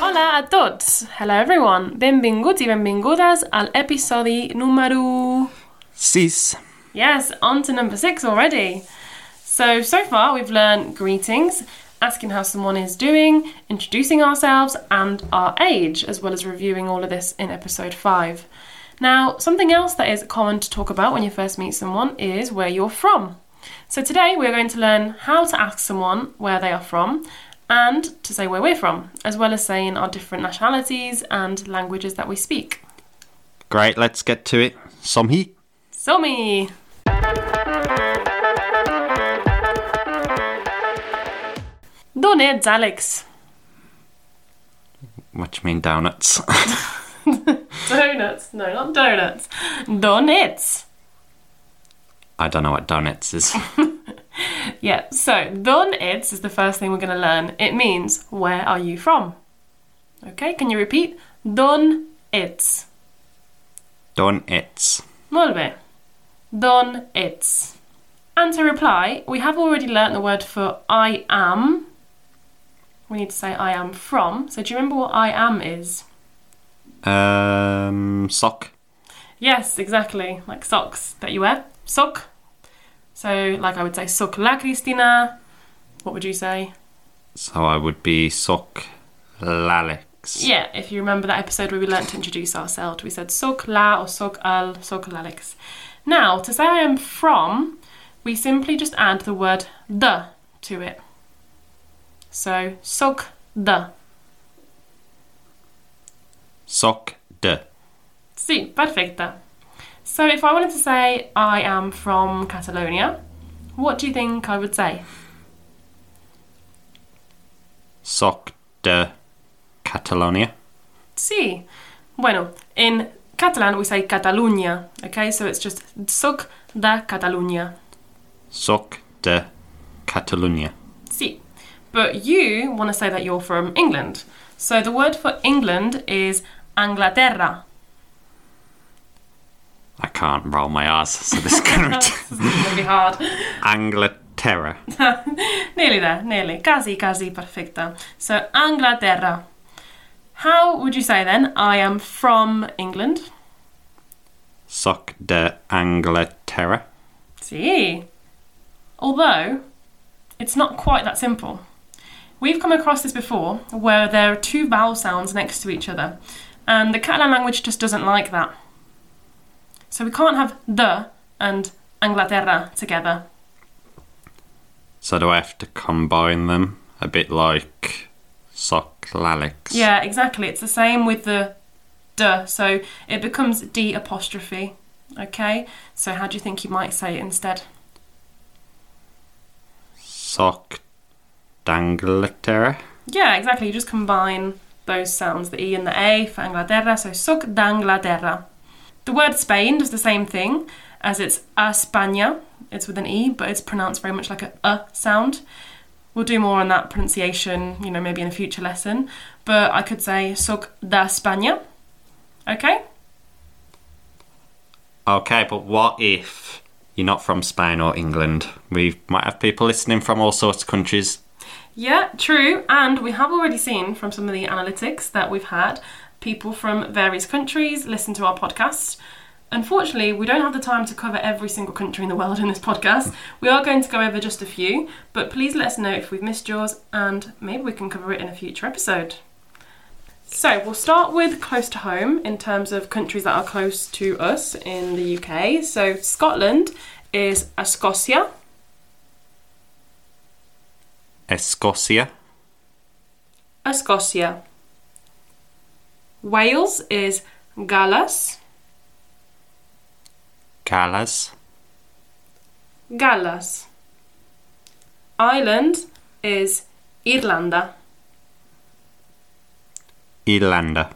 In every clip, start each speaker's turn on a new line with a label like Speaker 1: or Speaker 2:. Speaker 1: Hola a tots! Hello everyone! Benvinguts i benvingudes al episodi número...
Speaker 2: Sis.
Speaker 1: Yes, on to number six already. So, so far we've learned greetings, asking how someone is doing, introducing ourselves, and our age, as well as reviewing all of this in episode five. Now, something else that is common to talk about when you first meet someone is where you're from. So, today we're going to learn how to ask someone where they are from and to say where we're from, as well as saying our different nationalities and languages that we speak.
Speaker 2: Great, let's get to it. Somhi.
Speaker 1: So, me! D'on ets, Alex?
Speaker 2: What do you mean donuts?
Speaker 1: Donuts. No, not donuts. Donuts.
Speaker 2: I don't know what donuts is.
Speaker 1: Yeah, so donuts is the first thing we're going to learn. It means, where are you from? Okay, can you repeat? Donuts.
Speaker 2: Donuts.
Speaker 1: Molt bé. Donuts. And to reply, we have already learnt the word for I am. We need to say I am from. So do you remember what I am is?
Speaker 2: Um, sock.
Speaker 1: Yes, exactly. Like socks that you wear. Sock. So, like I would say, sock la Cristina. What would you say?
Speaker 2: So I would be sock lalex.
Speaker 1: Yeah, if you remember that episode where we learnt to introduce ourselves, we said soc la or soc al, soc lalex. Now, to say I am from, we simply just add the word the to it. So, soc the.
Speaker 2: Sock de.
Speaker 1: Si, perfecta. So, if I wanted to say I am from Catalonia, what do you think I would say?
Speaker 2: Sock de Catalonia.
Speaker 1: Sí. Bueno, in Catalan we say Catalunya, okay? So it's just soc de Catalunya.
Speaker 2: Sock de Catalunya.
Speaker 1: Sí. But you want to say that you're from England. So the word for England is Anglaterra.
Speaker 2: I can't roll my R's, so this is gonna
Speaker 1: This is going to be hard.
Speaker 2: Anglaterra.
Speaker 1: nearly there, nearly. Casi, casi perfecta. So Anglaterra. How would you say then, I am from England?
Speaker 2: Sock de Anglaterra.
Speaker 1: See. Although, it's not quite that simple. We've come across this before, where there are two vowel sounds next to each other, and the Catalan language just doesn't like that. So we can't have the and Anglaterra together.
Speaker 2: So do I have to combine them? A bit like sock lalex.
Speaker 1: Yeah, exactly. It's the same with the d, so it becomes d apostrophe. Okay, so how do you think you might say it instead?
Speaker 2: Sock d'Angleterre.
Speaker 1: Yeah, exactly. You just combine those sounds, the E and the A for Anglaterra, so soc d'Anglaterra. The word Spain does the same thing as it's a España. It's with an E, but it's pronounced very much like a uh sound. We'll do more on that pronunciation, you know, maybe in a future lesson. But I could say soc da España. Okay?
Speaker 2: Okay, but what if you're not from Spain or England? We might have people listening from all sorts of countries.
Speaker 1: Yeah, true. And we have already seen from some of the analytics that we've had people from various countries listen to our podcast. Unfortunately, we don't have the time to cover every single country in the world in this podcast. We are going to go over just a few, but please let us know if we've missed yours and maybe we can cover it in a future episode. So, we'll start with close to home in terms of countries that are close to us in the UK. So, Scotland is a Scotia,
Speaker 2: Escocia,
Speaker 1: a Scotia. Wales is Galas,
Speaker 2: Galas,
Speaker 1: Galas. Ireland is Irlanda.
Speaker 2: Irlanda,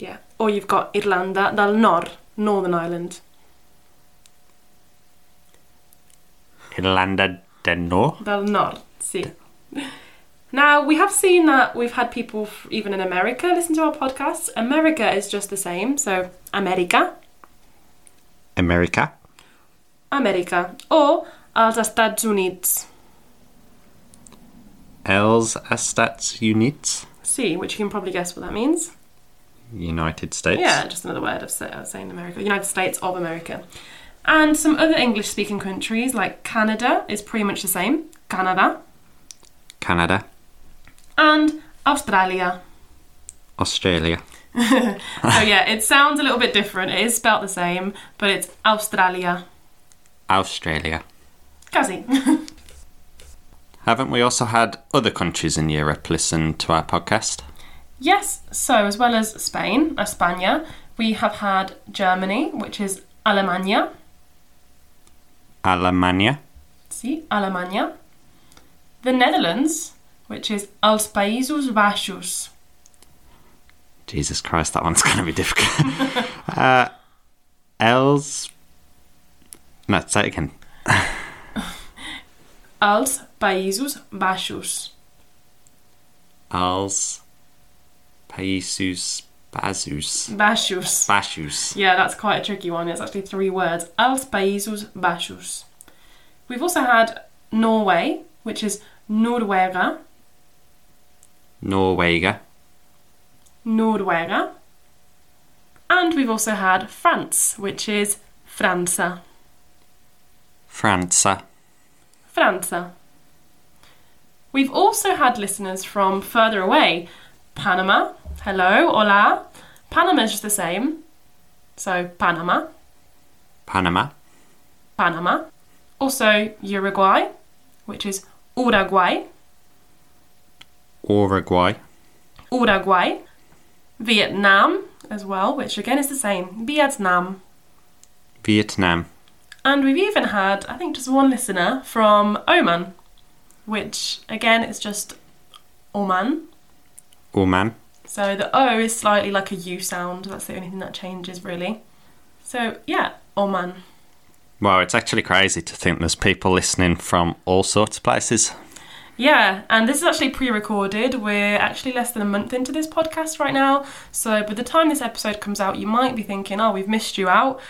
Speaker 1: Yeah. Or you've got Irlanda del Nor, Northern Ireland.
Speaker 2: Irlanda del Norte,
Speaker 1: Del Nord, sí. Now, we have seen that we've had people, f- even in America, listen to our podcasts. America is just the same, so America,
Speaker 2: America.
Speaker 1: America, or als Estados Unidos.
Speaker 2: Els Estats Units.
Speaker 1: See, which you can probably guess what that means.
Speaker 2: United States.
Speaker 1: Yeah, just another word of say- of saying America. United States of America. And some other English speaking countries like Canada is pretty much the same. Canada.
Speaker 2: Canada.
Speaker 1: And Australia.
Speaker 2: Australia.
Speaker 1: so yeah, it sounds a little bit different. It is spelt the same, but it's Australia.
Speaker 2: Australia.
Speaker 1: Kazi.
Speaker 2: Haven't we also had other countries in Europe listen to our podcast?
Speaker 1: yes, so as well as Spain, España, we have had Germany, which is Alemania.
Speaker 2: Alemania.
Speaker 1: See, Alemania. The Netherlands, which is Els Països Baixos.
Speaker 2: Jesus Christ, that one's going to be difficult. uh, Els. No, say it again.
Speaker 1: Els Països Baixos.
Speaker 2: Els. Países Basus.
Speaker 1: Baixos.
Speaker 2: Basus.
Speaker 1: Yeah, that's quite a tricky one. It's actually three words. Els Països Baixos. We've also had Norway, which is Norwega.
Speaker 2: Norwega.
Speaker 1: Norwega. And we've also had France, which is Franza.
Speaker 2: Franza.
Speaker 1: Franza. We've also had listeners from further away Panama. Hello, hola. Panama's just the same. So, Panama,
Speaker 2: Panama.
Speaker 1: Panama. Also, Uruguay, which is Uruguay,
Speaker 2: Uruguay.
Speaker 1: Uruguay. Vietnam as well, which again is the same. Vietnam.
Speaker 2: Vietnam.
Speaker 1: And we've even had, I think, just one listener from Oman, which again is just Oman.
Speaker 2: Oman.
Speaker 1: So the O is slightly like a U sound. That's the only thing that changes, really. So yeah, Oman.
Speaker 2: Wow, it's actually crazy to think there's people listening from all sorts of places.
Speaker 1: Yeah, and this is actually pre recorded. We're actually less than a month into this podcast right now. So by the time this episode comes out, you might be thinking, oh, we've missed you out.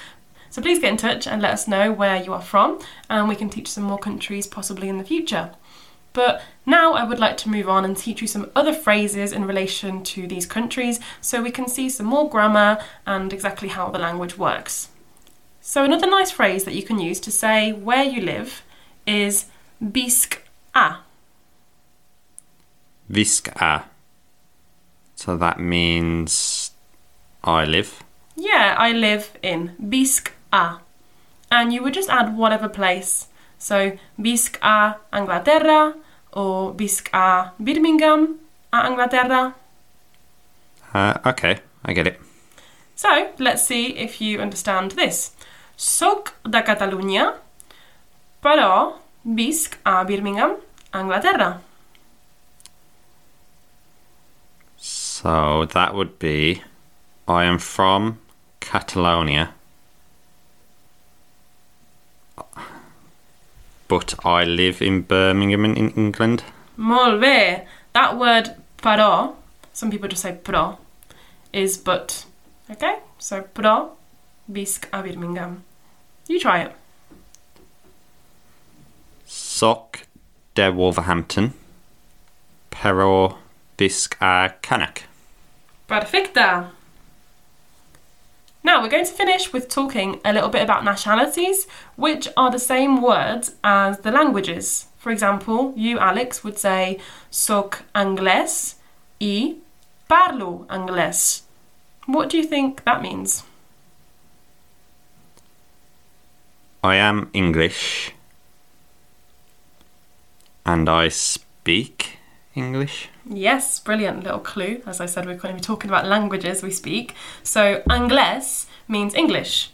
Speaker 1: So please get in touch and let us know where you are from, and we can teach some more countries possibly in the future. But now I would like to move on and teach you some other phrases in relation to these countries so we can see some more grammar and exactly how the language works. So, another nice phrase that you can use to say where you live is bisk a.
Speaker 2: Visca. So that means I live.
Speaker 1: Yeah, I live in Bisca. And you would just add whatever place. So Bisca, Anglaterra, or Bisca, Birmingham, a Anglaterra.
Speaker 2: Uh, okay, I get it.
Speaker 1: So let's see if you understand this. Soc de Catalunya, però visc a Birmingham, Anglaterra.
Speaker 2: So that would be I am from Catalonia, but I live in Birmingham in in England.
Speaker 1: Molt bé. That word però, some people just say pro, is but. Okay? So pro bisc a Birmingham. You try it.
Speaker 2: Soc de Wolverhampton, pero bisc a Canuck.
Speaker 1: Perfecta. Now we're going to finish with talking a little bit about nationalities, which are the same words as the languages. For example, you, Alex, would say soc anglés y parlo anglés. What do you think that means?
Speaker 2: I am English, and I speak English.
Speaker 1: Yes, brilliant little clue. As I said, we're going to be talking about languages we speak. So, anglés means English.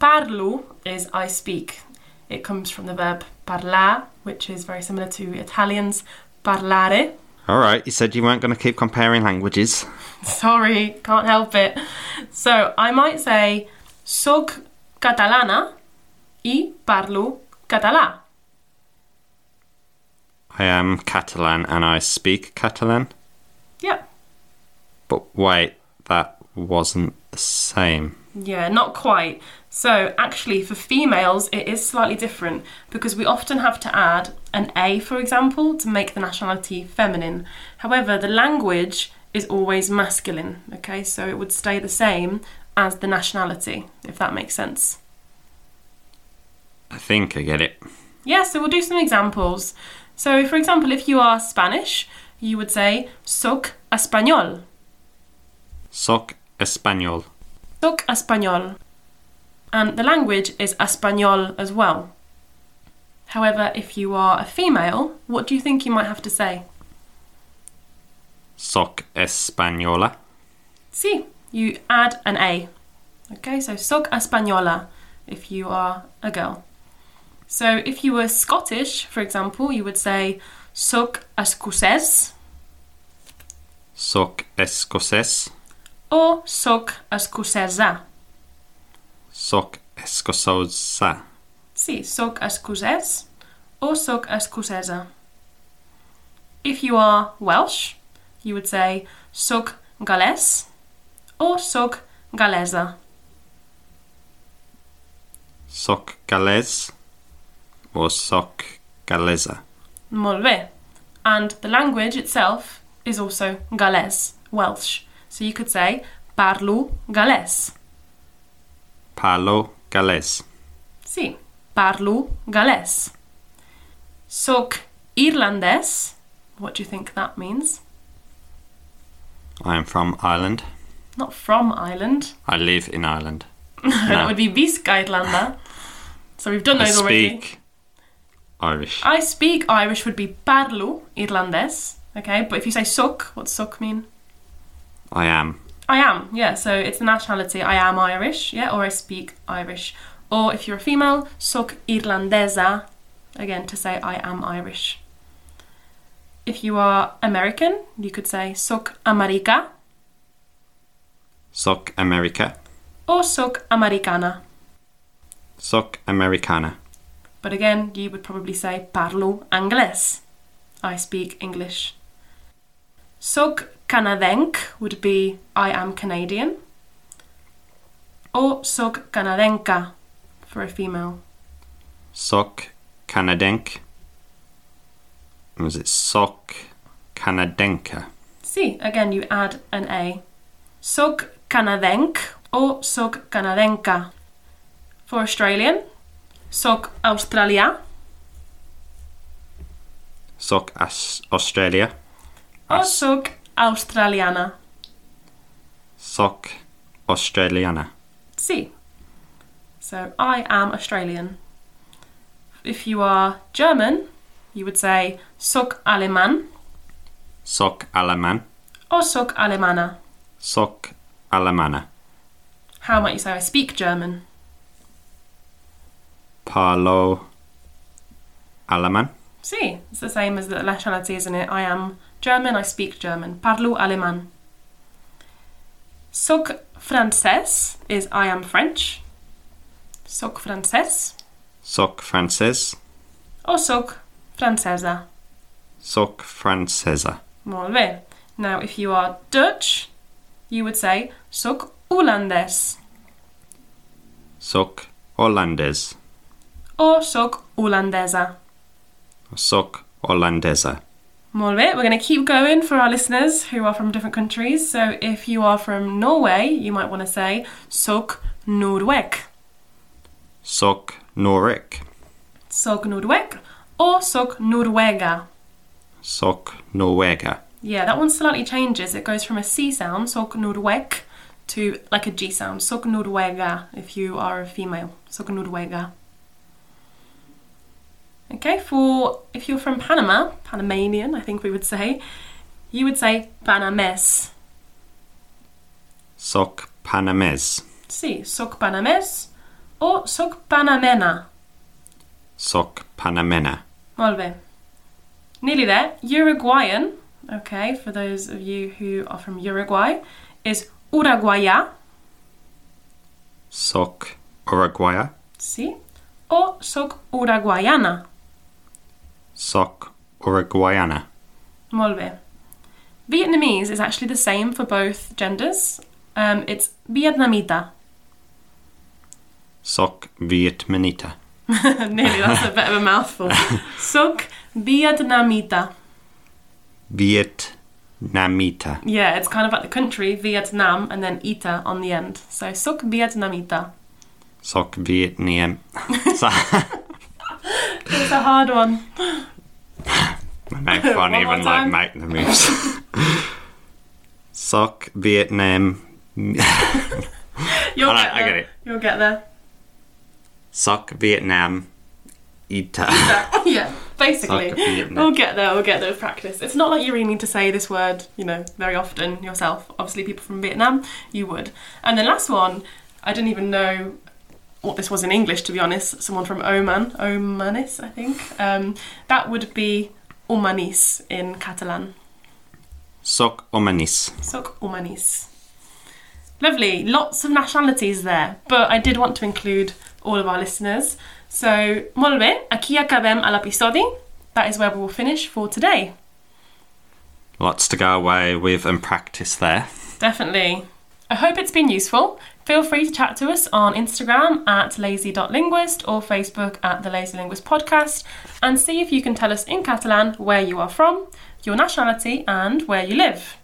Speaker 1: Parlo is I speak. It comes from the verb parlar, which is very similar to Italians parlare.
Speaker 2: All right, you said you weren't going to keep comparing languages.
Speaker 1: Sorry, can't help it. So, I might say soc catalana y parlo català.
Speaker 2: I I am Catalan and I speak Catalan.
Speaker 1: Yep.
Speaker 2: But wait, that wasn't the same.
Speaker 1: Yeah, not quite. So, actually, for females, it is slightly different because we often have to add an A, for example, to make the nationality feminine. However, the language is always masculine, okay? So, it would stay the same as the nationality, if that makes sense.
Speaker 2: I think I get it.
Speaker 1: Yeah, so we'll do some examples. So, for example, if you are Spanish, you would say soc español.
Speaker 2: Soc español.
Speaker 1: Soc español. And the language is español as well. However, if you are a female, what do you think you might have to say?
Speaker 2: Soc española.
Speaker 1: Si, you add an A. Okay, so soc española if you are a girl. So if you were Scottish, for example, you would say soc escocés
Speaker 2: Soc escocés.
Speaker 1: or soc escocesa.
Speaker 2: Soc escososa.
Speaker 1: Si, soc escocès or soc escocesa. If you are Welsh, you would say soc Gales or soc Galesa.
Speaker 2: Soc galés. Or soc galesa.
Speaker 1: Molt bé. And the language itself is also Gales, Welsh. So you could say parlo Gales.
Speaker 2: Palo galés.
Speaker 1: Si, parlo Gales. Soc Irlandés. What do you think that means?
Speaker 2: I am from Ireland.
Speaker 1: Not from Ireland.
Speaker 2: I live in Ireland.
Speaker 1: that would be Viscaidlander. So we've done
Speaker 2: I
Speaker 1: those already.
Speaker 2: speak Irish.
Speaker 1: I speak Irish would be parlo irlandés, okay? But if you say suck, what's suck mean?
Speaker 2: I am.
Speaker 1: I am, yeah. So it's the nationality. I am Irish, yeah, or I speak Irish. Or if you're a female, suck irlandesa, again to say I am Irish. If you are American, you could say suck America
Speaker 2: Soc America.
Speaker 1: or suck Americana.
Speaker 2: Soc Americana.
Speaker 1: But again, you would probably say parlo anglés. I speak English. Soc canadenc would be I am Canadian. Or soc canadenca for a female.
Speaker 2: Soc Canadenk. Was it Soc Canadenka?
Speaker 1: See, again, you add an A. Soc canadenc or soc canadenca. For Australian, soc Australia
Speaker 2: Soc as Australia.
Speaker 1: or
Speaker 2: As-
Speaker 1: soc Australiana.
Speaker 2: Soc Australiana.
Speaker 1: C. So I am Australian. If you are German, you would say Soc Aleman
Speaker 2: Soc Alaman.
Speaker 1: or Soc Alemana.
Speaker 2: Soc Alamana.
Speaker 1: How might you say I speak German?
Speaker 2: Parlo Alaman.
Speaker 1: See, it's the same as the nationality, isn't it? I am German, I speak German. Parlo Aleman. Soc Frances is I am French. Soc Frances
Speaker 2: Soc Frances.
Speaker 1: or Soc Francesa.
Speaker 2: Soc Francesa.
Speaker 1: Molt bé. Now, if you are Dutch, you would say soc Hollandes
Speaker 2: Soc Hollandes.
Speaker 1: or soc Hollandesa.
Speaker 2: Soc Hollandesa.
Speaker 1: Molt bé. We're going to keep going for our listeners who are from different countries. So, if you are from Norway, you might want to say soc Norweg,
Speaker 2: Soc Norik.
Speaker 1: soc Norweg, or soc Norwega.
Speaker 2: Soc Norwega.
Speaker 1: Yeah, that one slightly changes. It goes from a C sound, soc Norweg, to like a G sound, soc Norwega, if you are a female, soc Norwega. Okay, for if you're from Panama, Panamanian, I think we would say, you would say Panames.
Speaker 2: Soc Panames.
Speaker 1: See, soc Panames or soc Panamena.
Speaker 2: Soc Panamena.
Speaker 1: Molt bé. Nearly there. Uruguayan, okay, for those of you who are from Uruguay, is Uruguaya.
Speaker 2: Soc Uruguaya.
Speaker 1: Sí. O soc uruguayana.
Speaker 2: Soc Uruguayana.
Speaker 1: Molve. Vietnamese is actually the same for both genders. Um, it's Vietnamita.
Speaker 2: Sok Vietmanita.
Speaker 1: Nearly, that's a bit of a mouthful. Suk Vietnamita.
Speaker 2: Vietnamita.
Speaker 1: Yeah, it's kind of like the country, Vietnam, and then ita on the end. So Suk Vietnamita.
Speaker 2: Sok Vietnam.
Speaker 1: It's a hard one.
Speaker 2: My mouth can't
Speaker 1: One more
Speaker 2: even like
Speaker 1: time.
Speaker 2: make the moves. Sok Vietnam.
Speaker 1: You'll
Speaker 2: All right,
Speaker 1: get
Speaker 2: I
Speaker 1: there.
Speaker 2: get it.
Speaker 1: You'll get there.
Speaker 2: Sok Vietnam. Ita.
Speaker 1: yeah, basically.
Speaker 2: Soccer field, no.
Speaker 1: We'll get there, we'll get there with practice. It's not like you really need to say this word, you know, very often yourself. Obviously, people from Vietnam, you would. And the last one, I didn't even know what this was in English, to be honest. Someone from Oman, Omanis, I think. Um, that would be Omanis in Catalan.
Speaker 2: Sok Omanis.
Speaker 1: Soc Omanis. Lovely, lots of nationalities there, but I did want to include all of our listeners. So, molt bé, aquí acabem el episodi. That is where we will finish for today.
Speaker 2: Lots to go away with and practice there.
Speaker 1: Definitely. I hope it's been useful. Feel free to chat to us on Instagram at lazy.linguist or Facebook at the Lazy Linguist Podcast and see if you can tell us in Catalan where you are from, your nationality, and where you live.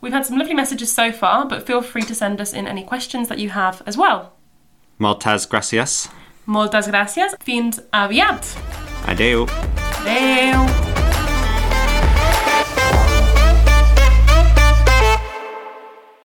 Speaker 1: We've had some lovely messages so far, but feel free to send us in any questions that you have as well.
Speaker 2: Moltes gracias.
Speaker 1: Moltes gràcies. Fins aviat.
Speaker 2: Adeu.
Speaker 1: Adeu.